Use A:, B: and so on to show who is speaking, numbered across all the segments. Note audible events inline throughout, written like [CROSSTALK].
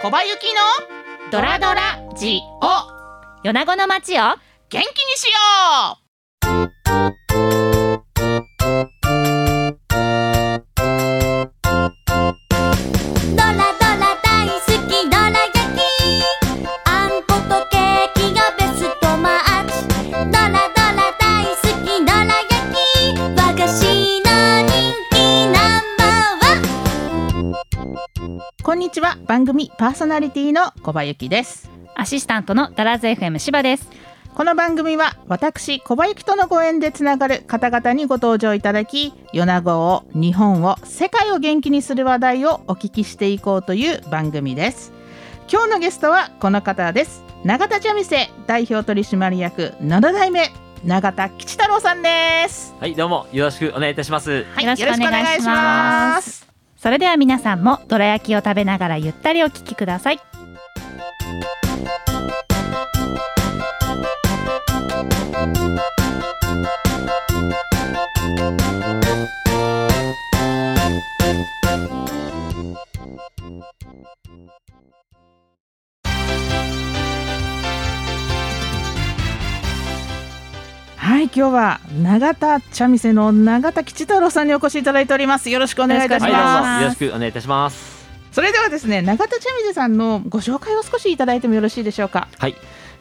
A: 小林幸の
B: ドラドラジオ米子の街を
A: 元気にしよ
C: ドラドラ大好きドラ焼きあんことケーキがベストマッチドラドラ大好きドラ焼き和菓子の人気ナンバーワン
A: うこんにちは番組パーソナリティの小林幸です
B: アシスタントのダラズ FM 芝です
A: この番組は私小林とのご縁でつながる方々にご登場いただき米子を日本を世界を元気にする話題をお聞きしていこうという番組です今日のゲストはこの方です永田茶店代表取締役7代目永田吉太郎さんです、
D: はい、どうもよろしくお願いいたします。
A: は
B: よろしくお願いしますそれでは皆さんもどら焼きを食べながらゆったりお聞きください
A: はい今日は永田茶店の永田吉太郎さんにお越しいただいておりますよろしくお願いいたし
D: はい、
A: ます、
D: ど
B: お願
D: うもよろしくお願いいたします。
A: それではですね永田茶店さんのご紹介を少しいただいてもよろしいでしょうか
D: はい、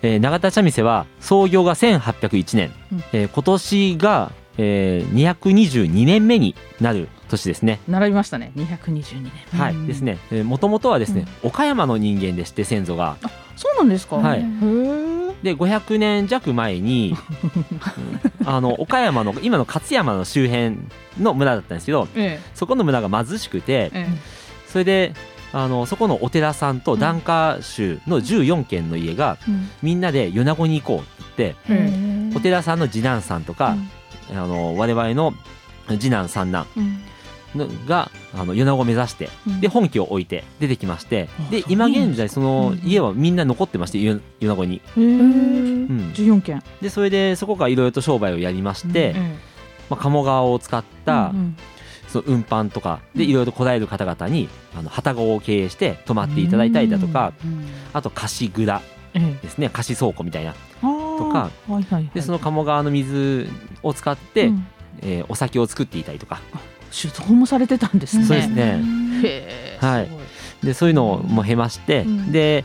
D: えー、永田茶店は創業が1801年、
A: うん
D: えー今年が、えー、222年目になる年ですね。
A: 並びましたね222年
D: は
B: うん
D: い、ですね。もともとはですね、岡山の人間でして先祖が、
A: そうなんですか
D: はい
A: へー
D: で500年弱前
A: [LAUGHS]
D: に、うんあの岡山の今の勝山の周辺の村だったんですけど、
A: え
D: そこの村が貧しくて
A: え、え
D: それであのそこのお寺さんと檀家衆の14軒の家がみんなで米子に行こうって
A: ええ
D: 言ってお寺さんの次男さんとか、あの我々の次男三男のがあの米子を目指してで本家を置いて出てきまして
A: あ
D: で
A: そう
D: 今
A: なんだ
D: 現在その家はみんな残ってましてゆ米子に、
A: ええ
D: うん、
A: 14件
D: でそれでそこからいろいろと商売をやりまして、まあ、鴨川を使った
A: うんうん
D: その運搬とかでいろいろとこらえる方々にあの旗子を経営して泊まっていただいたりだとかあと貸し蔵
A: ええ
D: ですね貸し倉庫みたいな
A: あー
D: とか
A: はいはいはい
D: でその鴨川の水を使って、
A: うん
D: えーお酒を作っていたりとか
A: 酒造もされてたんですね
D: そうですね
A: へえ
D: はい
A: すご
D: でそういうのも経まして、
A: うん
D: で、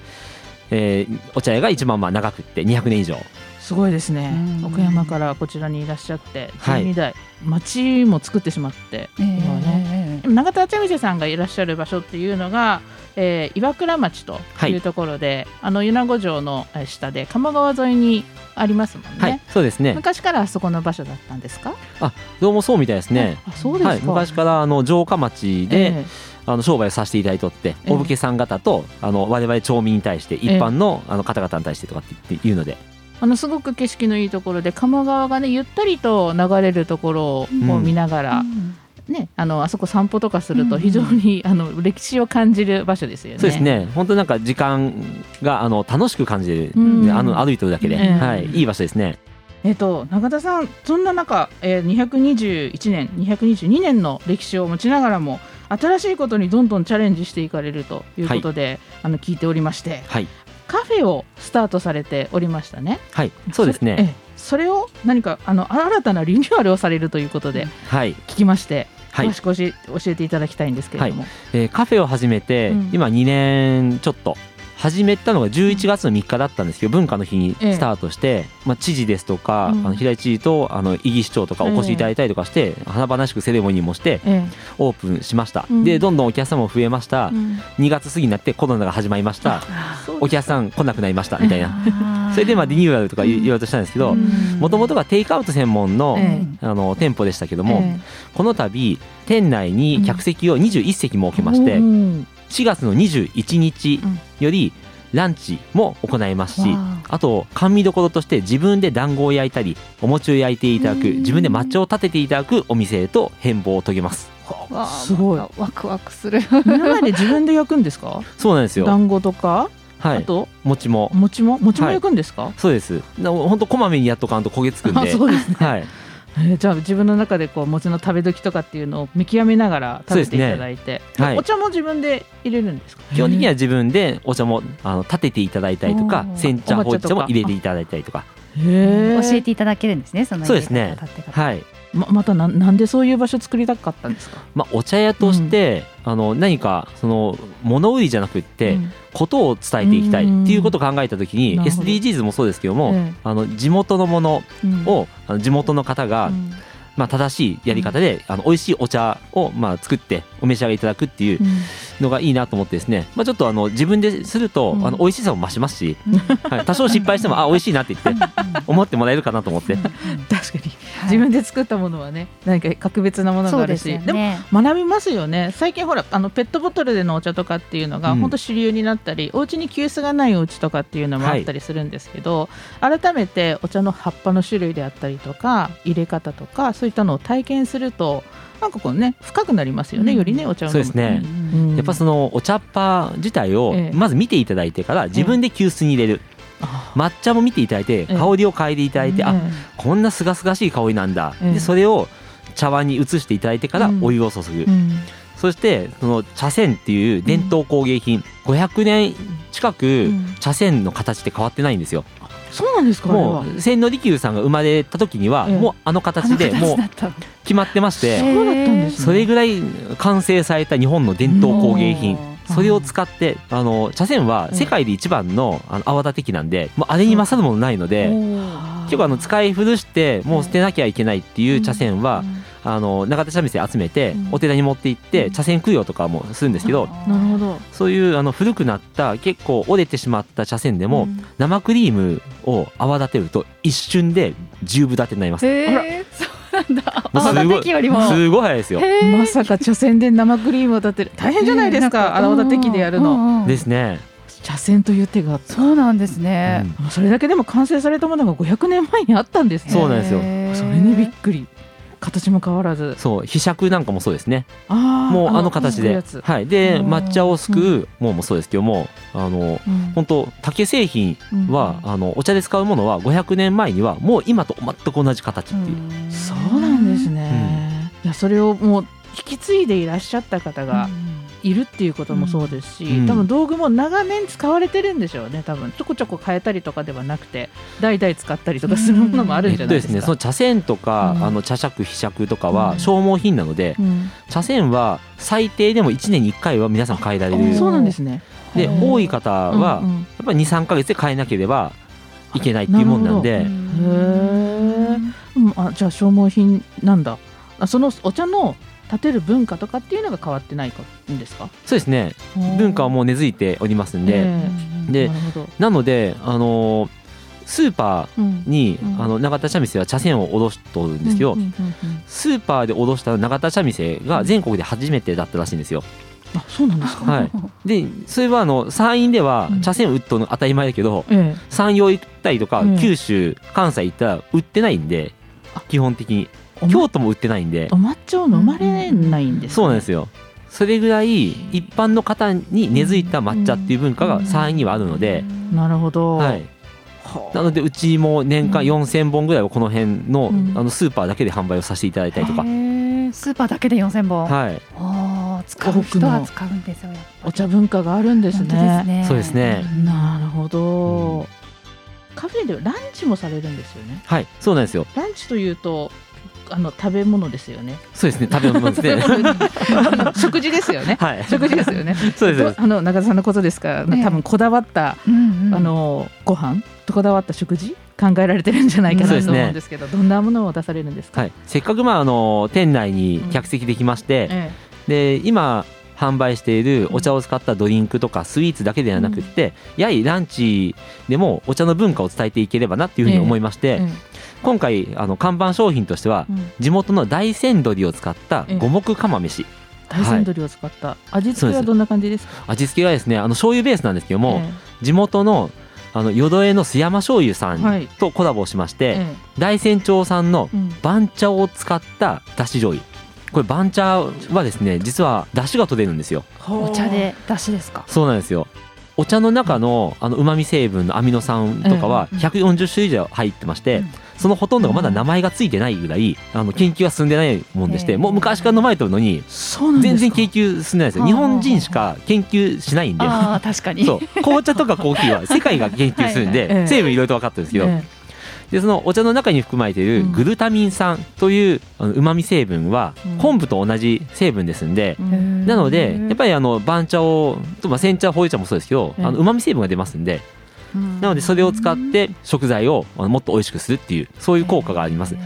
D: えーお茶屋が一番まあ長くって200年以上
A: すごいですね
B: うん
A: 奥山からこちらにいらっしゃって
D: はい
A: 12代町も作ってしまって今はね永田茶店さんがいらっしゃる場所っていうのが、えー岩倉町と
D: はいいう
A: ところで、あの米子城のえー下で鴨川沿いにありますもんね、
D: はいそうですね
A: 昔からあそこの場所だったんですか
D: どうもそうみたいですね、
A: あそうですか、
D: はい、昔からあの城下町で、
A: え
D: あの商売をさせていただいておって、
A: ええ
D: お武家さん方とあの我々町民に対して一般の,、あの方々に対してとかって言っていうので
A: えあのすごく景色のいいところで鴨川がねゆったりと流れるところを
D: ん
A: を見ながら、ね、あのあそこ散歩とかすると非常に、あの歴史を感じる場所ですよね。
D: そうですね本当なんか時間があの楽しく感じる、
A: うん
D: であの歩いてるだけで、
A: ええ
D: はい、いい場所ですね
A: えっと、永田さん、そんな中、えー、221年、222年の歴史を持ちながらも、新しいことにどんどんチャレンジしていかれるということで、あの聞いておりまして、
D: はい
A: カフェをスタートされておりましたね。
D: はいそうです
A: それ,え
D: ね
A: え、それを何かあの新たなリニューアルをされるということで
D: はい
A: 聞きまして、
D: はい
A: 詳しく教え教えていただきたいんですけれども。
D: えーカフェを始めて、
A: うん
D: 今2年ちょっと始めたのが11月の3日だったんですけど文化の日に
A: ええ
D: スタートして、まあ、知事ですとか、
A: うん
D: あの平井知事とあの井木市長とかお越しいただいたりとかして、華々しくセレモニーもして
A: え
D: オープンしました、
A: うん
D: でどんどんお客様も増えました、2月過ぎになってコロナが始まりました
A: そう
D: お客さん来なくなりましたみたいな [LAUGHS] それでまあリニューアルとかいろいろとしたんですけど
A: うん
D: もともとがテイクアウト専門の,、
A: ええ
D: あの店舗でしたけど
A: え
D: も、
A: え
D: この度店内に客席を21席設けまして、
A: うん
D: 4月の21日よりランチも行いますし、
A: わ
D: あと甘味どころとして自分で団子を焼いたりお餅を焼いていただく
B: うん
D: 自分で抹茶を立てていただくお店へと変貌を遂げます
A: すごい
B: ワクワクする
A: 目の前で自分で焼くんで
D: [LAUGHS]
A: すか
D: そうなんですよ
A: 団子とか、
D: は
A: あ
D: い
A: と
D: 餅も
A: 餅も餅も
D: はい
A: 焼くんですか、
D: そうですなほんとこまめにやっとかんと焦げつくんで
A: あそうですね
D: はい
A: えーじゃあ自分の中でこう餅の食べ時とかっていうのを見極めながら食べていただいて、
D: すねはい
A: お茶も自分で入れるんですか
D: 基本的には自分でお茶もあの立てていただいたりとか
B: おー
D: 煎茶
A: お抹茶
D: ほう
A: とか
D: じ茶も入れていただいたりとか
A: へえ
B: 教えていただけるんですねその
D: そうですね
B: 立って方
D: はい、
A: ままたなんなんでそういう場所作りたかったんですか
D: まあ、お茶屋として、あの何かその物売りじゃなくって、
A: うん
D: ことを伝えていきたい
A: うん
D: っていうことを考えた時に
A: なるほど
D: SDGs もそうですけども、
A: ええ
D: あの地元のもの
A: うん
D: をあの地元の方が、
A: うん
D: まあ、正しいやり方で、あの美味しいお茶をまあ作ってお召し上がりいただくっていう
A: うん
D: のがいいなと思ってですね、まあ、ちょっとあの自分ですると、
A: うん
D: あの美味しさも増します
A: [LAUGHS]
D: し、はい、多少失敗してもあ美味しいなって言って思ってもらえるかなと思って、
A: 確かに
B: はい
A: 自分で作ったものはね何か格
D: [LAUGHS]
A: 別なものが
B: そ
A: あ
B: うで
A: る
B: す
A: し
B: よ
A: でも
B: ね
A: 学びますよね最近ほらあのペットボトルでのお茶とかっていうのが
D: うん
A: 本当主流になったり、お家に急須がないお家とかっていうのもあったりするんですけど、改めてお茶の葉っぱの種類であったりとか入れ方とかそういったのを体験するとなんかこうね深くなりますよね、
B: うん
A: よりねお茶を飲
D: そう
A: む
D: ですね、
B: うん
A: うん
D: やっぱそのお茶っ葉自体を
A: ええ
D: まず見ていただいてから自分で急須に入れる、
A: あ
D: 抹茶も見ていただいて
A: え
D: 香
A: え
D: りを嗅いでいただいて、
A: え
D: あ
A: え
D: こんなすがすがしい香りなんだ、
A: ええ
D: でそれを茶碗に移していただいてから
A: うん
D: お湯を注ぐ、
A: うん
D: そしてその茶筅っていう伝統工芸品、500年近く
A: ん
D: 茶筅の形って変わってないんですよ、
A: そうなんですか
D: も
A: あれは
D: う千利休さんが生まれた時には、
A: ええ
D: もうあの形でもう決まってまして、
B: へえ
A: そうだったんですね
D: それぐらい完成された日本の伝統工芸品、
A: うん
D: それを使ってあの茶筅は世界で一番のあの泡立て器なんでもうあれに勝るものないので、結構あの使い古してもう捨てなきゃいけないっていう茶筅は、あの長田三味線集めて
A: うん
D: お寺に持って行って茶筅供養とかもするんですけど、
A: なるほど
D: そういうあの古くなった結構折れてしまった茶筅でも、生クリームを泡立てると一瞬で十分立てになります。
B: へえそうなんだ
D: もうす
B: 泡立
D: ごい
B: て器よりも
D: すごい早いですよ。
B: へえ
A: まさか茶筅で生クリームを立てる大変じゃないですか荒技的でやるの、
B: の
D: ですね。
A: 茶筅という手があった
B: そうなんですね
D: うん
A: あそれだけでも完成されたものが500年前にあったんですね
D: そうなんですよ
B: へえ
A: それにびっくり形も変わらず
D: そう、飛釈なんかもそうですね。
A: あー
D: もうあの形
A: こういう
D: で
A: や。つ
D: はい。で、
A: うん
D: 抹茶をすくうもうもそうですけども、あの、
A: うん
D: 本当竹製品は、あのお茶で使うものは500年前にはもう今と全く同じ形っていう、
B: うん
A: そうなんですね、いやそれをもう引き継いでいらっしゃった方がいるっていうこともそうですし、
D: うん
A: 多分道具も長年使われてるんでしょうね多分ちょこちょこ変えたりとかではなくて代々使ったりとかするものもある
D: え
A: ん
D: っと
A: じゃない
D: で
A: ですす
D: ねそ
A: か
D: の。茶筅とか、
A: うん
D: あの茶杓飛釈とか
A: う
D: は
A: ん
D: 消耗品なので、
A: うん
D: 茶筅は最低でも1年に1回は皆さん変えられ
B: うん
D: る
A: そうなんですね。
D: で
B: うん
D: 多い方は、
A: うん
D: や
A: う
D: っ
A: ん
D: ぱり23か月で変えなければいけないっていうもんなん
B: へ
D: で
A: へうん、あじゃあ消耗品なんだあそのお茶の立てる文化とかっていうのが変わってないかんですか
D: そうですね文化はもう根付いておりますんで、
A: え
B: え
A: え
D: で
A: なるほど、
D: なのであのースーパ
A: うん
D: ーに、
A: うん
D: あの永田茶店は茶筅を卸しとるんですけど、
A: うんうんうんうん
D: スーパーで卸した永田茶店が全国で初めてだったらしいんですよ。
A: あそうなんですか、
D: はい、でそれはあの山陰では
A: うん
D: 茶筅を売っとるの当たり前だけど、
A: ええ、
D: 山陽行ったりとか、
A: うん
D: 九州関西行ったら売ってないんで
A: あ
D: 基本的に
A: おま
D: 京都も売ってないんで
A: お抹茶を飲まれないんです、
D: そうなんですよそれぐらい一般の方に根付いた抹茶っていう文化が山陰にはあるので、
A: なるほど、
D: はい、
A: はあ
D: なのでうちも年間
A: うん
D: 4,000本ぐらいはこの辺の,、
A: うん
D: あのスーパーだけで販売をさせていただいたりとか、
B: へえスーパーだけで4000本
D: はい、
B: おー使う人
A: 多く
B: は
A: の
B: 使うんですよやっぱり
A: お茶文化があるんです
B: 本
A: ね
B: 当ですね
D: そうですね
A: なるほど、
D: うん
A: カフェでランチもされるんですよね
D: はい、そうなんですよ
A: ランチというとあの食べ物ですよね
D: そうですね食べ物
A: [LAUGHS]
D: ですね
A: あ
D: [LAUGHS]
A: の食事ですよね
D: はい
A: 食事ですよね。
D: [LAUGHS] そうですそう
A: ど
D: です
A: あの中田さんのことですから、
B: ええ
A: 多分こだわった、
B: うんうん
A: あのご飯とこだわった食事考えられてるんじゃない
D: そ
A: か
D: う
A: な
D: です
A: と
D: ね
A: 思うんですけど、どんなものを出されるんですか。
D: はい、せっかくまああの店内に客席できまして、
A: え
D: で今販売しているお茶を使ったドリンクとかスイーツだけではなくって、やはりランチでもお茶の文化を伝えていければなっていうふうに思いまして、
A: え
D: 今回あの看板商品としては、
A: うん
D: 地元の大山鶏を使った
A: ええ
D: 五目釜飯、
A: 大山鶏を使った、味付けはどんな感じですか。
D: 味付けはですねあの醤油ベースなんですけども、
A: え
D: 地元のあの淀江の須山醤油さ
A: は
D: ん
A: い
D: とコラボしまして、
A: ええ
D: 大山町産の
A: えうん
D: 番茶を使っただし醤油これ番茶はですね実はだしが取れるんですよ
B: お茶で出汁ですか
D: そうなんですよお茶の中のあのうまみ成分のアミノ酸とかは
A: うん
D: 140種類以上入ってまして、
B: うん
D: そのほとんどがまだ名前がついてないぐらいあの研究が進んでないもんでしてもう昔から飲まれてるのに
A: そうなんで
D: 全
A: す
D: 然研究進んでないんですよ
B: は
D: 日
B: あはあはあ
D: 本人しか研究しないんで
B: ああ確かに
D: そう紅茶とかコーヒーは世界が研究するん
B: はい
A: はいえ
D: で
A: え
D: 成分いろいろと分かってるんですけど
A: え
D: でそのお茶の中に含まれているグルタミン酸といううまみ成分は
A: うん
D: 昆布と同じ成分ですんで、
A: うん
D: なのでやっぱりあの番茶をとまあ煎茶ほうじ茶もそうですけど
A: うん
D: うまみ成分が出ますんでなのでそれを使って食材をあのもっと美味しくするっていうそういう効果があります。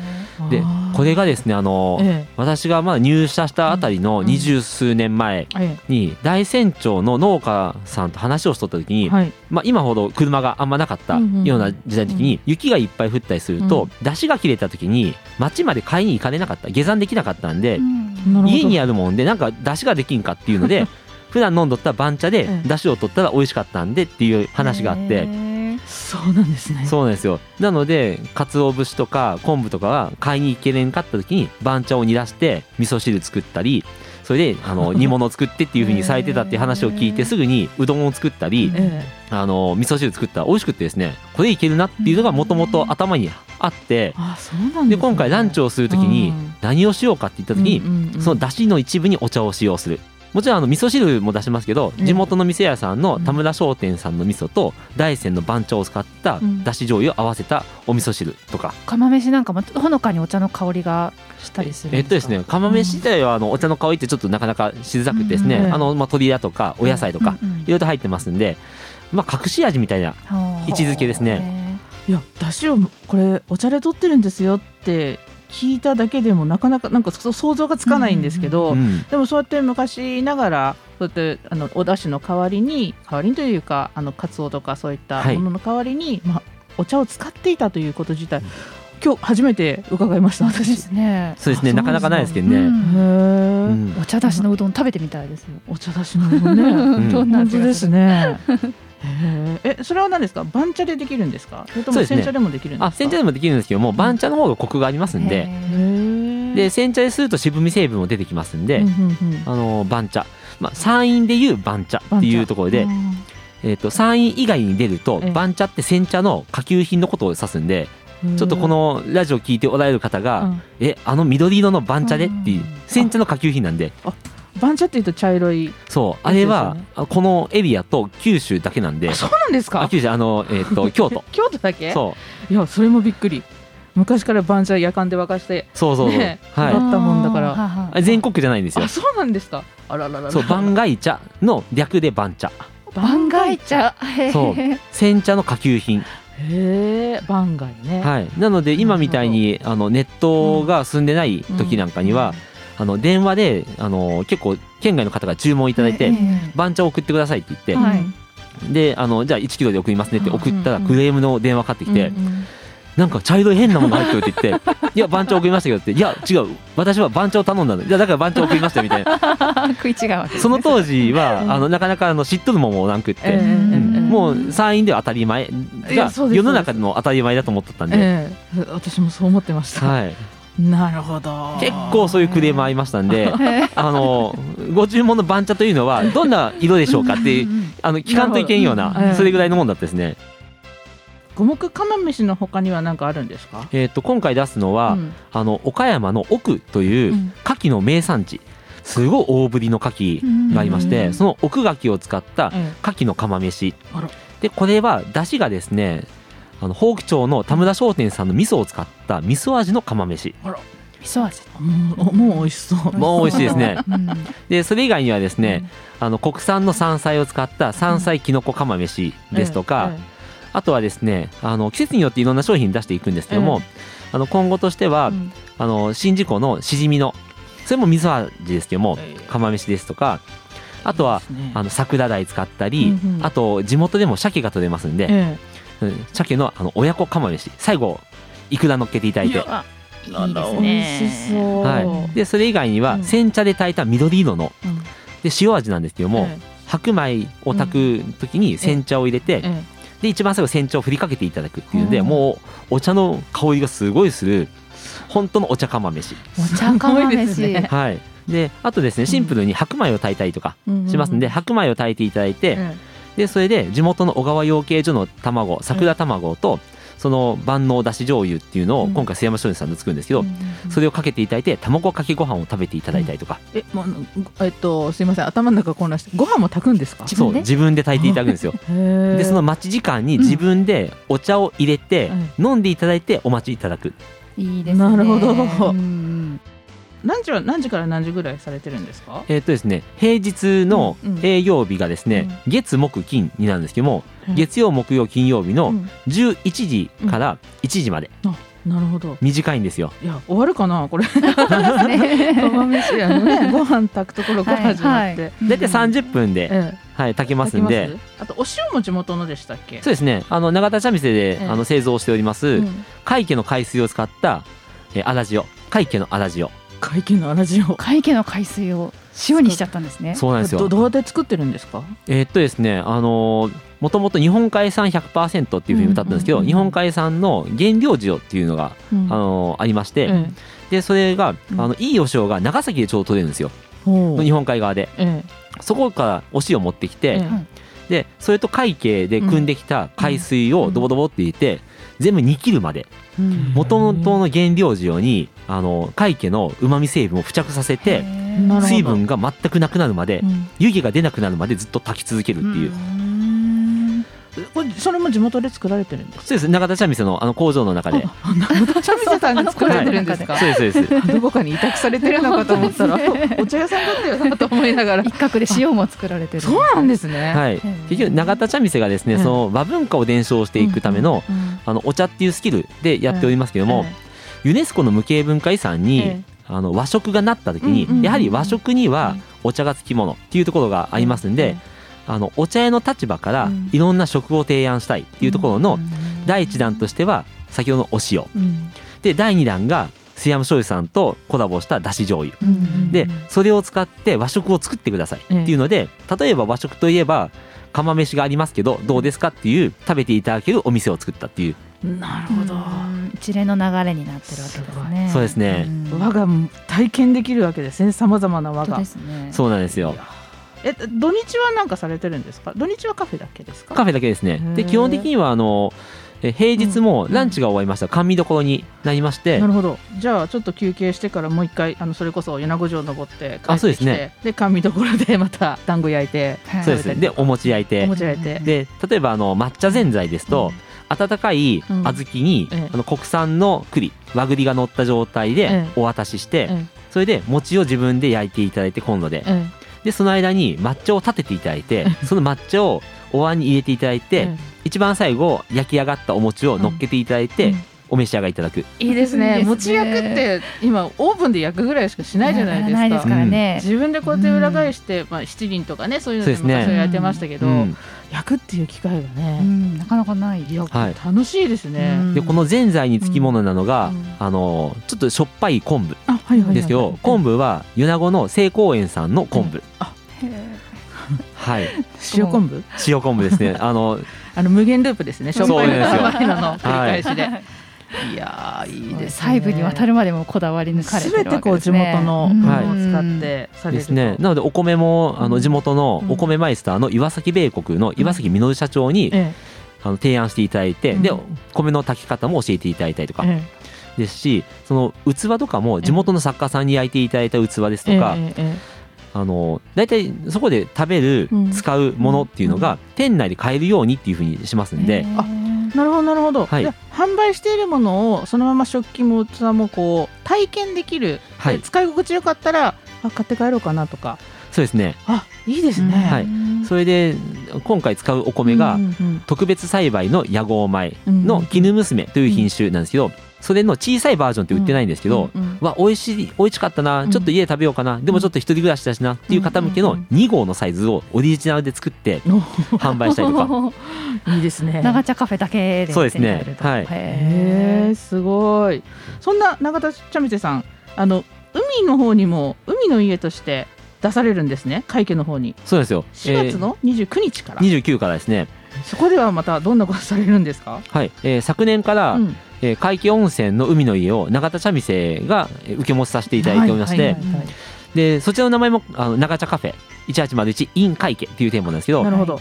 A: え
D: で
A: あー
D: これがですねあの、
A: え
D: 私がまだ入社したあたりの二十数年前
A: ええ
D: に大山町の農家さんと話をしとった時に、
A: えはい
D: まあ、今ほど車があんまなかった
A: う
D: よ
A: んうん
D: うな時代的に雪がいっぱい降ったりすると出汁が切れた時に町まで買いに行かれなかった下山できなかったんで
A: なるほど
D: 家にあるもんでなんか出汁ができんかっていうの
A: [LAUGHS]
D: で普段飲んどった番茶で
A: ええ
D: 出汁を取ったら美味しかったんでっていう話があって
A: そうなんですね
D: そうなんですよなので鰹節とか昆布とかは買いに行けれんかった時に番茶を煮出して味噌汁作ったりそれであ
A: [LAUGHS]
D: の煮物を作ってっていうふうにされてたっていう話を聞いてすぐにうどんを作ったり
A: ええ
D: あの味噌汁作ったら美味しくってですねこれいけるなっていうのがもともと頭にあって
A: あそうなんですね
D: で今回ランチをする時に
A: うん
D: 何をしようかって言った時に
A: うんうんうん
D: その出汁の一部にお茶を使用するもちろんあの味噌汁も出しますけど
A: ええ
D: 地元の店屋さんの田村商店さんの味噌と大山の番茶を使った
A: うん
D: だし醤油を合わせたお味噌汁とか
B: 釜飯なんかもほのかにお茶の香りがしたりするん
D: えっとです
B: か
D: ね釜飯自体はあのお茶の香りってちょっとなかなかしづらくてですね
A: うんうん
D: あのまあ鶏だとかお野菜とか
B: うんうん
D: いろいろと入ってますんでまあ隠し味みたいな
B: はあ
D: 位置づけですね
A: いや出汁をこれお茶で取ってるんですよって聞いただけでもなかなかなんかそう想像がつかないんですけど、
D: うん
A: でもそうやって昔ながらそうやってあのお出汁の代わりに代わりにというかあのカツオとかそういった
D: はい
A: ものの代わりに、まあお茶を使っていたということ自体今日初めて伺いまし
B: そ
A: た
B: うで
A: 私。
B: すね
D: そうですね
A: あ
D: なかなかないですけどね。
B: うん
A: へー
D: うん
B: お茶だしのうどん食べてみたいですよ
A: お茶出汁のもね
D: [LAUGHS] ん
B: どんな
A: 本
B: 味
A: 当
B: が
A: です
B: る
A: ね。へーえそれは何ですか番茶でできるんですかそれ
D: そ
A: と
D: う
A: も
D: ですね
A: 煎茶でもできるんですか
D: あ煎茶でもできるんですけども番茶の方がコクがありますんで、
A: へー
D: で煎茶ですると渋み成分も出てきますんで、
A: うんうんうん
D: あの番茶、まあ、山陰でいう番茶っていうところで、えー、と山陰以外に出ると
A: ええ
D: 番茶って煎茶の下級品のことを指すんで、
A: ち
D: ちょっとこのラジオ聞いておられる方が「
A: うん
D: えあの緑色の番茶で?」っていう
B: うん
D: 煎茶の下級品なんで
A: 番茶っていうと茶色い
D: そうあれ
A: そう
D: は
A: ですよね
D: あこのエリアと九州だけなんで
A: あそうなんです
D: あ
A: か
D: 九州あの、えー、
A: [LAUGHS]
D: と京都
A: 京都だけ
D: そう
A: いやそれもびっくり昔から番茶夜間で沸かして
D: そうそうそう、
A: ねえ
D: はい
A: あったもんだから
B: あーはは
D: あ全国じゃないんですよ
A: あそうなんですかあらららら
D: そう番外茶の略で番茶
B: 番外茶
D: そう
B: へ
D: 煎茶の下級品
A: へえ番外ね
D: はい、なので今みたいにあのネットが進んでない時なんかには、あの電話であの結構県外の方が注文いただい
B: え
D: て、
B: え
D: 番茶を送ってくださいって言って、
B: はい
D: であのじゃあ1キロで送りますねって送ったらクレームの電話かかってきて、
A: うんうん
D: なんか茶色い変なものが入ってるって言って
A: [LAUGHS]
D: いや番茶送りましたけどっていや違う私は番茶を頼んだのいやだから番茶送りましたよみたいな
B: あ食い違うわけですね
D: その当時
A: [LAUGHS]
D: はあのなかなかあの知っとるもんもおらんくって、
A: え
B: う
A: え
B: ん
A: ええええ
D: もう山陰では当たり前
A: い
D: が
A: やそうです
D: 世の中の当たり前だと思っとったんで。
A: ええ私もそう思ってました、
D: はい、
A: なるほど
D: 結構そういうクレームありましたん
A: [LAUGHS]
D: であのご注文の番茶というのはどんな色でしょうかっていうあの聞かんといけんよう
A: なるほど
D: なそれぐらいのもんだったですね。
A: 五目釜飯の他には何かあるんですか
D: えー、と今回出すのは、
A: うん
D: あの岡山の奥という
A: うん
D: 牡蠣の名産地すごい大ぶりの牡蠣がありまして、
A: うん
D: その奥牡蠣を使った
A: え
D: 牡蠣の釜飯
A: あら
D: でこれは出汁がですねあの北町の田村商店さんの味噌を使った味噌味の釜飯
B: 味噌味
A: えもうもう美味しそう
D: もう美味しいですね
B: うん
D: でそれ以外にはですね、あの国産の山菜を使った山菜きのこ釜飯ですとか、
A: [LAUGHS] ええ
D: あとはですねあの季節によっていろんな商品出していくんですけども、
A: え
D: あの今後としては、
A: うん
D: あの宍道湖のしじみのそれも味噌味ですけども、
A: ええ
D: 釜飯ですとかあとは、
A: いいですね
D: あの桜鯛使ったり、
A: うんうん
D: あと地元でも鮭が取れますんで、
A: え
D: うん鮭のあの親子釜飯最後いくら乗っけていただ
A: え
D: いて。
B: いいですね
A: 美味しそう、
D: はい、でそれ以外に
A: う
D: は
A: ん
D: 煎茶で炊いた緑色の
A: うん
D: で塩味なんですけども、
A: え
D: 白米を炊く時に煎茶を入れて、
A: えええ
D: で一番最後煎茶を振りかけていただくっていうので、
A: うん
D: もうお茶の香りがすごいする本当のお茶釜飯
B: お茶釜
D: [LAUGHS]
B: 飯
A: すごいですね
D: はいであとですねシンプルに白米を炊いたりとかしますんで、白米を炊いていただいて、
A: え
D: でそれで地元の小川養鶏所の卵桜卵と、その万能だし醤油っていうのを今回須山商店さんで作るんですけど、それをかけていただいて卵かけご飯を食べていただいたりとか、
A: え、もうえっとすいません頭の中混乱してご飯も炊くんですか。
B: 自
D: そう
B: 分で
D: 自分で炊いていただくんですよ。
A: で
D: でその待ち時間に自分でお茶を入れて、飲んでいただいてお待ちいただく
B: いいですね
A: なるほど
B: うん
A: 何時は何時から何時ぐらいされてるんですか。
D: えーっとですね、平日の
A: うんうん
D: 営業日がですね、月木金になるんですけども、
A: うん
D: 月曜木曜金曜日
A: う
D: の
A: ん
D: 11時から1時まで
A: なるほど。
D: 短いんですよ。
A: いや終わるかなこれ。
B: そうです
A: [LAUGHS]
B: ね
A: 釜飯やの [LAUGHS] ねご飯炊くところから始まって。
D: だいたい30分
A: え
D: で、
A: え
D: はい、炊けます
A: 炊き
D: ん
A: ます
D: で。
A: あとお塩も地元のでしたっけ。
D: そうですね、あの永田茶店で、
A: ええ
D: あの製造しております、
A: うん
D: 海家の海水を使った、えー、アラジオ海家のアラジオ
A: 会計の味を。
B: 会計の海水を塩にしちゃったんですね
D: そうなんですよ
A: どどうやって作ってるんですか。
D: えーっとですねあのもともと日本海産100%っていうふうに歌ったんですけど、
A: うんうんうん
D: 日本海産の原料塩っていうのが、
A: うん
D: あのありまして、
A: え
D: でそれが、
A: うん
D: あのいいお塩が長崎でちょうど取れるんですよ、
A: えほう
D: 日本海側で
A: え
D: そこからお塩持ってき
A: え
D: て、
A: え
D: でそれと海景で汲んできた海水をドボドボって入れて、全部煮切るまで
A: うん
D: 元々の原料塩にあの海家のうまみ成分を付着させて
A: なるほど
D: 水分が全くなくなるまで
A: うん
D: 湯気が出なくなるまでずっと炊き続けるっていう、
A: これそれも地元で作られてるんです
D: そうです中田茶店のあの工場の中で
A: あ [LAUGHS] チャミセさんが作られてるんですか
D: そうです
A: [LAUGHS]
D: そうです
A: どこかに委託されてるのかと思ったら、
B: 本当ですね
A: お茶屋さんだったよなと思いながら
B: 一角で塩も作られてる
A: そうなんですね、
D: はい結局永田茶店がですね、
A: うん
D: その和文化を伝承していくための、
A: うん
D: あのお茶っていうスキルでやっておりますけども、ユネスコの無形文化遺産に、
A: え
D: あの和食がなった時に、
A: うんうんうん
D: やはり和食にはお茶がつきものっていうところがありますんで、あのお茶屋の立場から
A: うん
D: いろんな食を提案したいっていうところの第一弾としては先ほどのお塩
A: うん
D: で第二弾が須山醤油さんとコラボしただし醤油
A: うん
D: でそれを使って和食を作ってくださいっていうので例えば和食といえば釜飯がありますけどどうですかっていう食べていただけるお店を作ったっていう
A: なるほど、
B: うん一連の流れになってるわけですね
D: そうですね
B: ん
A: 我が体験できるわけですねさまざまな
B: 本
A: 我
B: 当
A: が
B: ですね
D: そうなんですよ
A: え土日は何かされてるんですか土日はカフェだけですか
D: カフェだけですね
A: へー
D: で基本的にはあのえ平日もランチが終わりました甘味どころになりまして
A: なるほどじゃあちょっと休憩してからもう一回あのそれこそ米子城登って
D: あ
A: 帰って
D: そう
A: き
D: です
A: て
D: ね
A: で甘味どころでまた団子焼いて
B: はい
D: そうですねでお餅焼いて
A: お餅焼いて
D: で例えばあの抹茶ぜんざいですと、温かい小豆に、
A: うんええ
D: あの国産の栗和栗が乗った状態で
A: ええ
D: お渡しして、
A: え
D: それで餅を自分で焼いていただいてコンロで、
A: ええ
D: でその間に抹茶を立てていただいてその抹茶をお椀に入れていただいて、
A: え
D: 一番最後焼き上がったお餅を乗っけていただいて、
A: うん
D: お召し上がりいただく
A: い
B: い
A: いです
B: いです
A: ね。
B: ね
A: 餅焼くって今オーブンで焼くぐらいしかしないじゃないですか。
B: ないですからね
A: 自分でこうやって裏返して、まあ七輪とかねそういうので
D: そうですね
A: 昔は焼いてましたけど、
D: うん
A: 焼くっていう機会が
B: う
A: ね、
B: んなかなかない
A: いや
D: はい
A: 楽しいですね。
B: うん
D: でこのぜんざいにつきものなのが、
A: うん
D: あのちょっとしょっぱい昆布
A: あはいはいはい、
D: ですけど、昆布は米子の聖光園さんの昆布、はい
A: 塩昆布
D: 塩昆布です
A: [LAUGHS]
D: ねあの
A: あの無限ループですね。しょっぱいのと
D: そうなん
A: 甘いのの繰り返しで。、
B: はい
A: やーいいですね。
B: 細部にわたるまでもこだわり抜かれて
A: す
B: るわ
A: べ
B: け
A: てこう
B: です
A: 地
B: ね
A: 元の
B: うん
A: ものを使ってされ
D: で
A: る
D: す
A: と。
D: ね。なのでお米もあの地元の
A: うん
D: お米マイスターの岩崎米国の岩崎実社長に
A: え
D: あの提案していただいて、
A: うん
D: で米の炊き方も教えていただいたりと
A: え
D: かですし、その器とかも地元の作家さんに焼いていただいた器ですとか、
A: ええええ
D: あの大体そこで食べる、
A: うん
D: 使うものっていうのが店内で買えるようにっていうふうにしますんで、
A: あなるほどなるほど、
D: はい
A: じゃあ販売しているものをそのまま食器も器もこう体験できる、
D: はい
A: で使い心地よかったらあ買って帰ろうかなとか
D: そうですね。
A: あいいですね、
D: はいそれで今回使うお米が、
A: うんうん
D: 特別栽培の野号米
A: う
D: の
A: ん
D: 絹娘という品種なんですけど、それの小さいバージョンって売ってないんですけど、
A: うんうん
D: わ美味しい美味しかったな
A: うん
D: ちょっと家で食べようかな、でもちょっと一人暮らしだしなっていう方向け
A: う
D: の
A: ん
D: 2号のサイズをオリジナルで作って
A: お
D: 販売したりと
A: [LAUGHS]
D: か
A: いいですね
B: 長茶カフェだけで
D: そうですね
B: 手に入ると
D: はい
A: へ
B: へ
A: えすごいそんな永田茶店さんあの海の方にも海の家として出されるんですね会家の方に
D: そうなんですよ
A: 4月の29日から、
D: えー29からですね、
A: そこではまたどんなことされるんですか、
D: はいえー昨年から、
A: うん
D: えー海気温泉の海の家を永田茶店がえー受け持ちさせていただいておりまして、
A: はいはいはい
D: でそちらの名前もあの永茶カフェ1801 in 会計っていう店舗なんですけど
A: なるほど、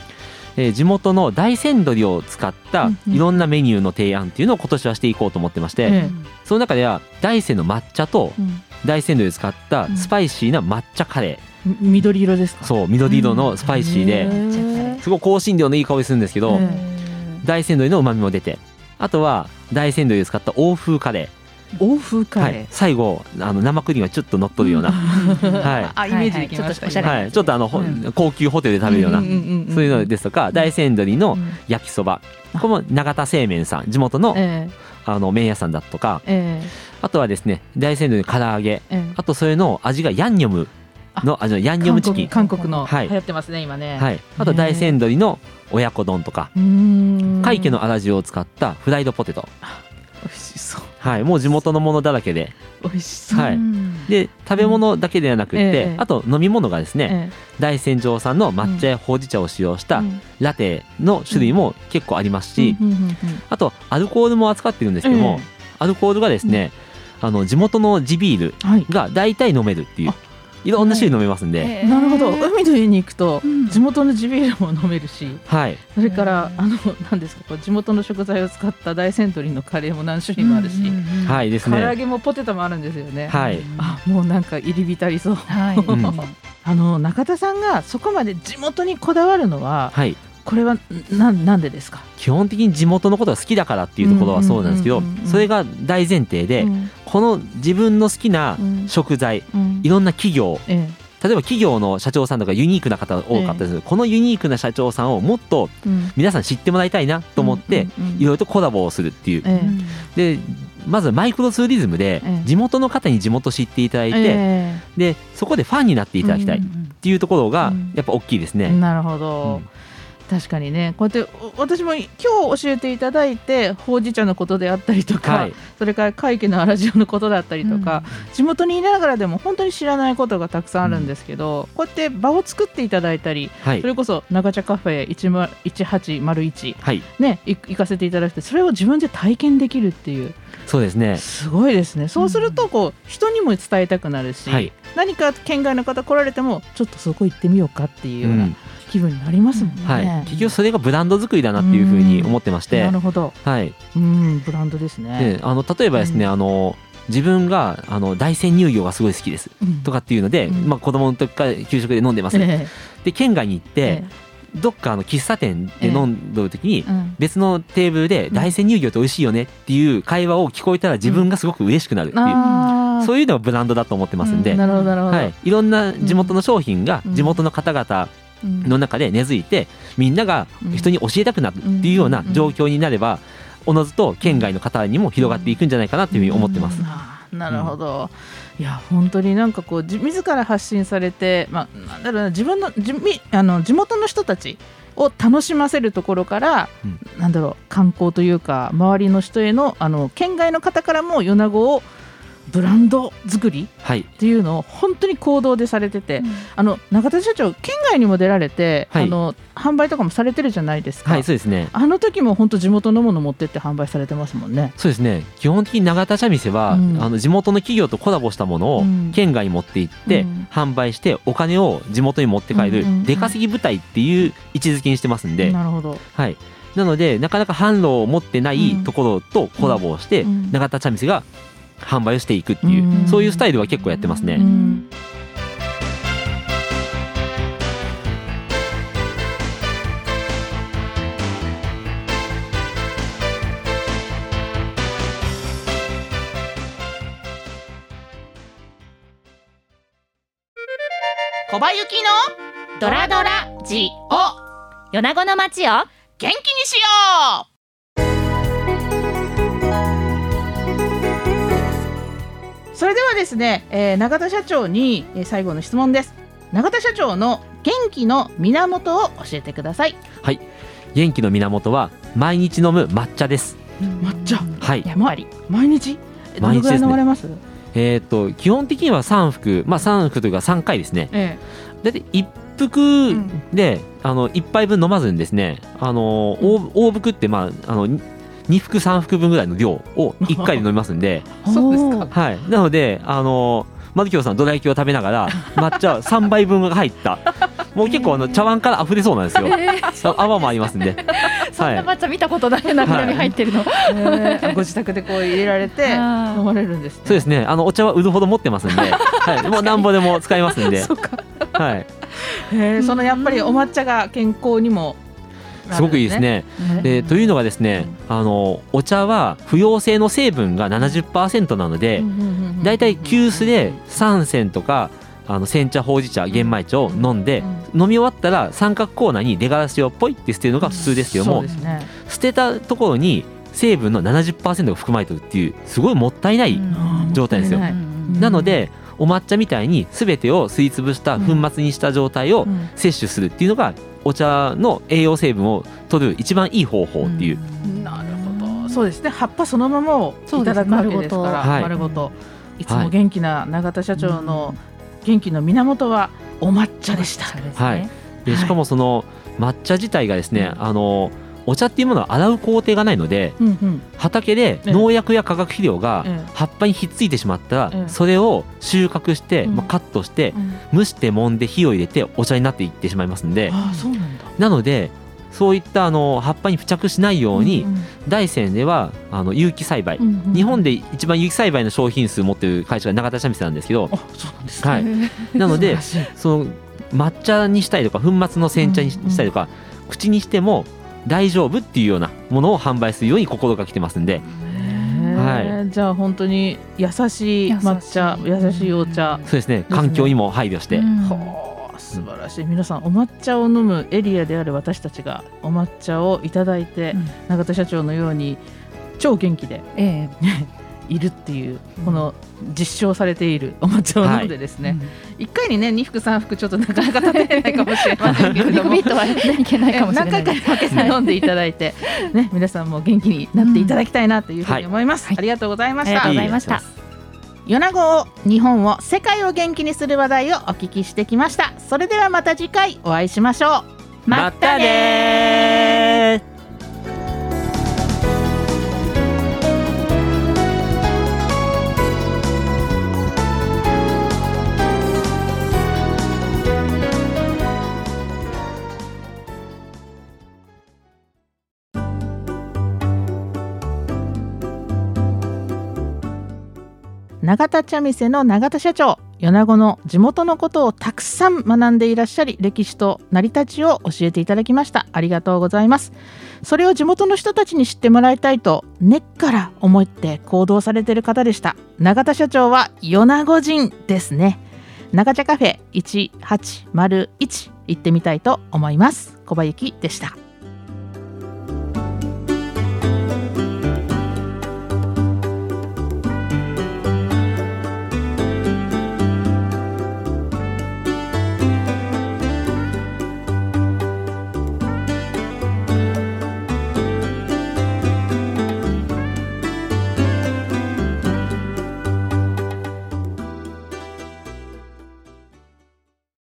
D: えー地元の大山鶏を使った
A: うんうん
D: いろんなメニューの提案っていうのを今年はしていこうと思ってまして、
A: ええ
D: その中では大山の抹茶と
A: うん
D: 大山鶏を使ったスパイシーな抹茶カレ
A: み緑色です
D: ー
A: か。
D: そう緑色のスパイシー
A: へ
D: で
A: ー
D: すごい香辛料のいい香りするんですけど、
A: え
D: 大山鶏の旨味も出てあとは大山鶏を使った欧風カレ
A: 欧風
D: ー、
A: カ
D: は
A: レ
D: い、最後あの生クリームがちょっと乗っとるような、はい [LAUGHS]
A: ー。あ、イメージできまし
B: はいはいちょっと
A: た。
B: おしゃれ
D: はい、ちょっとあの、ほ
A: うん
D: 高級ホテルで食べるような、
A: んんんん
D: そういうのですとか大山鶏の
A: うん
D: 焼きそばこれも永田製麺さん地元の,、
A: え
D: あの麺屋さんだとか
A: えええ
D: あとはですね大山鶏の唐揚げ
A: ええ
D: あとそれの味がヤンニョムの味のヤンニョムチキン、
A: 韓国韓国の
D: はい
A: 流行ってますね今ね。。
D: はいい、あと大山鶏の親子丼とか
A: うーん。
D: 海家のあら汁を使ったフライドポテト、
A: 美味しそう。
D: はい、もう地元のものだらけで
A: 美味しそう。
D: はいで食べ物だけではなくって、
A: ええ
D: あと飲み物がですね、
A: え
D: 大山上産の抹茶やほうじ茶を使用した
A: うん
D: ラテの種類も結構あります
A: え
D: し、
A: うんうんうんうん
D: あとアルコールも扱ってるんですけども、
A: え
D: アルコールがですね、あの地元の地ビール
A: はい。
D: が大体飲めるっていう
A: あ
D: いろんな種類飲めますんで、
A: なるほど。海の家に行くと
B: うん
A: 地元の地ビールも飲めるし。
D: はい
A: それから、あの、なんですか、こう地元の食材を使った大山鶏のカレーも何種類もあるし。、
D: はいいです
A: 唐揚
D: ね
A: げもポテトもあるんですよね。
D: はい
A: あ、もうなんか入り浸りそう。
B: はい、
D: うん
A: あの、中田さんがそこまで地元にこだわるのは、
D: はい
A: これは、な、なんでですか。
D: 基本的に地元のことが好きだからっていうところはそうなんですけど、
A: うんうんうんうん
D: それが大前提で、
A: うん
D: この自分の好きな
A: うん
D: 食材
A: うん
D: いろんな企業
A: ええ
D: 例えば企業の社長さんとかユニークな方が多かったですけど、このユニークな社長さんをもっと
A: うん
D: 皆さん知ってもらいたいなと思って、
A: うんうんうん
D: いろいろとコラボをするっていう、
A: ええ
D: でまずマイクロツーリズムで
A: ええ
D: 地元の方に地元知っていただいて、
A: え
D: でそこでファンになっていただきたい
A: うん
D: っていうところが
A: うん
D: やっぱ大きいです
A: え
D: ね。
A: なるほど。
D: うん
A: 確かにねこうやってお私も今日教えていただいてほうじ茶のことであったりとか、
D: はい
A: それから会計のアラジオのことだったりとか、地元にいながらでも本当に知らないことがたくさんあるんですけど、こうやって場を作っていただいたり
D: はい
A: それこそ長茶カフェ10 1801
D: はい、
A: ねい行かせていただいてそれを自分で体験できるっていう
D: そうですね。
A: すごいですねそうするとこう人にも伝えたくなるし、
D: はい、
A: 何か県外の方来られてもちょっとそこ行ってみようかっていうよう
D: う
A: なん気分になりますもんね。
D: はい、結局それがブランド作りだなっていうふうに思ってまして
A: な、るほど、
D: はい、
A: うん、ブランドですね。
D: であの例えばですね、
A: うん
D: あの自分があの大山乳業がすごい好きです
A: うん
D: とかっていうので、
A: うん
D: まあ子供の時から給食で飲んでます。
A: え
D: で県外に行って、
A: え
D: どっかあの喫茶店で飲んどる時に
A: ええうん
D: 別のテーブルで大山乳業って美味しいよねっていう会話を聞こえたら自分がすごく嬉しくなるっていう、
A: あー
D: そういうのがブランドだと思ってますんで、
A: うんなるほどなるほど、
D: はい、いろんな地元の商品が
A: うん
D: 地元の方々
A: うん
D: の中で根付いてみんなが人に教えたくなるっていうような状況になればおのずと県外の方にも広がっていくんじゃないかなというふうに思ってます。
A: あーなるほど、いや本当になんかこうじ自ら発信されて、まあ、なんだろうな自分のじみあの地元の人たちを楽しませるところから、
D: うん
A: なんだろう観光というか周りの人へのあの県外の方からも米子をブランド作り
D: はい
A: っていうのを本当に行動でされてて、
B: うん
A: あの中田社長県外にも出られて、
D: はい
A: あの販売とかもされてるじゃないですか、
D: はい、そうですね。
A: あの時も本当地元のもの持ってって販売されてますもんね。
D: そうですね。基本的に永田茶店は、
A: うん
D: あの地元の企業とコラボしたもの
A: う
D: を
A: ん
D: 県外に持って行って、
A: うん
D: 販売してお金を地元に持って帰
A: うんうんうん
D: る出稼ぎ部隊っていう位置づけにしてますんで、
A: なるほど、
D: はい。なのでなかなか販路を持ってないところとコラボをして、
A: うんうん
D: 永田茶店が販売をしていくっていう、
A: うん
D: そういうスタイルは結構やってますね。
A: うん小林幸の
B: ドラドラ
A: ジオ
B: 米子の街を
A: 元気にしようそれではですね、えー、永田社長に、えー、最後の質問です永田社長の元気の源を教えてください
D: 元気の源は毎日飲む抹茶です。
A: 抹茶
D: はい。
A: やまり毎日えど
D: 毎日
A: のぐら
D: で
A: い
D: すね
A: 飲まれます
D: えーっと基本的には三服、まあ三服というか三回ですね。
A: え
D: だいたい一服で、あの一杯分飲まずにですね、あの大大服ってまああのに二服三服分ぐらいの量を一回で飲みますんで、
A: えそうですか
D: はい。な [LAUGHS] のであのマルキョウさんドラ焼きを食べながら抹茶三杯分が入ったもう結構あの茶碗から溢れそうなんですよ。あ泡もありますんで。
B: そんな抹茶見たことないな、中に入ってるの。
A: へーご自宅でこう入れられ [LAUGHS] て
B: あー
A: 飲まれるんですね。
D: そうですね。あのお茶は売るほど持ってますんで、はい、もうなんぼでも使えますん [LAUGHS] で。はい、
A: へーそのやっぱりお抹茶が健康にもなる
D: すご
A: ん
D: くいいです。ね。
A: ね
D: でというのがですね、あのお茶は不溶性の成分が70%なので、だいたい急須で3銭とかあの煎茶ほうじ茶玄米茶を飲んで、飲み終わったら三角コーナーに出がらしをポイって捨てるのが普通ですけど
A: そ
D: も、
A: うですね。
D: 捨てたところに成分の70%が含まれてるっていうすごいもったいない状態ですよ。
A: うん
B: うん
D: なのでお抹茶みたいに全てを吸い潰した粉末にした状態を
A: うん
D: 摂取するっていうのがお茶の栄養成分を取る一番いい方法っていう、
A: なるほど。そうですね。葉っぱそのままをいただくわけですから、
D: はい
A: 丸ごと。いつも元気な永田社長の元気の源はお抹茶でした。
D: はい。でしかもその抹茶自体がですね、あのお茶っていうものは洗う工程がないので
A: うんうん。
D: 畑で農薬や化学肥料が
A: ええ
D: 葉っぱにひっついてしまった
A: ええ
D: らそれを収穫して、
A: うん
D: まあ、カットして蒸して揉んで火を入れてお茶になっていってしまいますんで
A: ああ、そうなんだ。
D: なのでそういったあの葉っぱに付着しないように、
A: うん
D: 大山ではあの有機栽培、
A: うんうん
D: 日本で一番有機栽培の商品数持ってる会社が永田茶店なんですけど
A: あ、そうなんですね。
D: はい
A: [LAUGHS]
D: なので
A: 素晴らしい
D: その抹茶にしたりとか粉末の煎茶にし
A: うんうん
D: したりとか、口にしても大丈夫っていうようなものを販売するように心がけてますんで、
A: へーじゃあ本当に優しい抹茶優しいお茶、
D: そうですね環境にも配慮して、
A: はあ素晴らしい皆さんお抹茶を飲むエリアである私たちがお抹茶をいただいて、
B: うん
A: 永田社長のように超元気で
B: え
A: いるっていう
B: うん
A: この実証されているお抹茶を飲んでですね、一回にね2服3服ちょっとなかなか立てないかもしれませんけれ
B: リ
A: ど
B: コ
A: も
B: ビットはいけないかもしれ
A: 何
B: ない
A: 回か
B: で
A: に
B: す。
A: 分けて飲んでいただいて、ね、皆さんも元気になっていただきたいなというふうに思います、
B: うんはい
A: ありがとうございました、
B: ありがとうございました
D: いい
A: 米子を日本を世界を元気にする話題をお聞きしてきましたそれではまた次回お会いしましょう
D: またねー
A: 永田茶店の永田社長米子の地元のことをたくさん学んでいらっしゃり歴史と成り立ちを教えていただきましたありがとうございますそれを地元の人たちに知ってもらいたいと根っから思って行動されている方でした永田社長は米子人ですね長茶カフェ1801行ってみたいと思います小林でした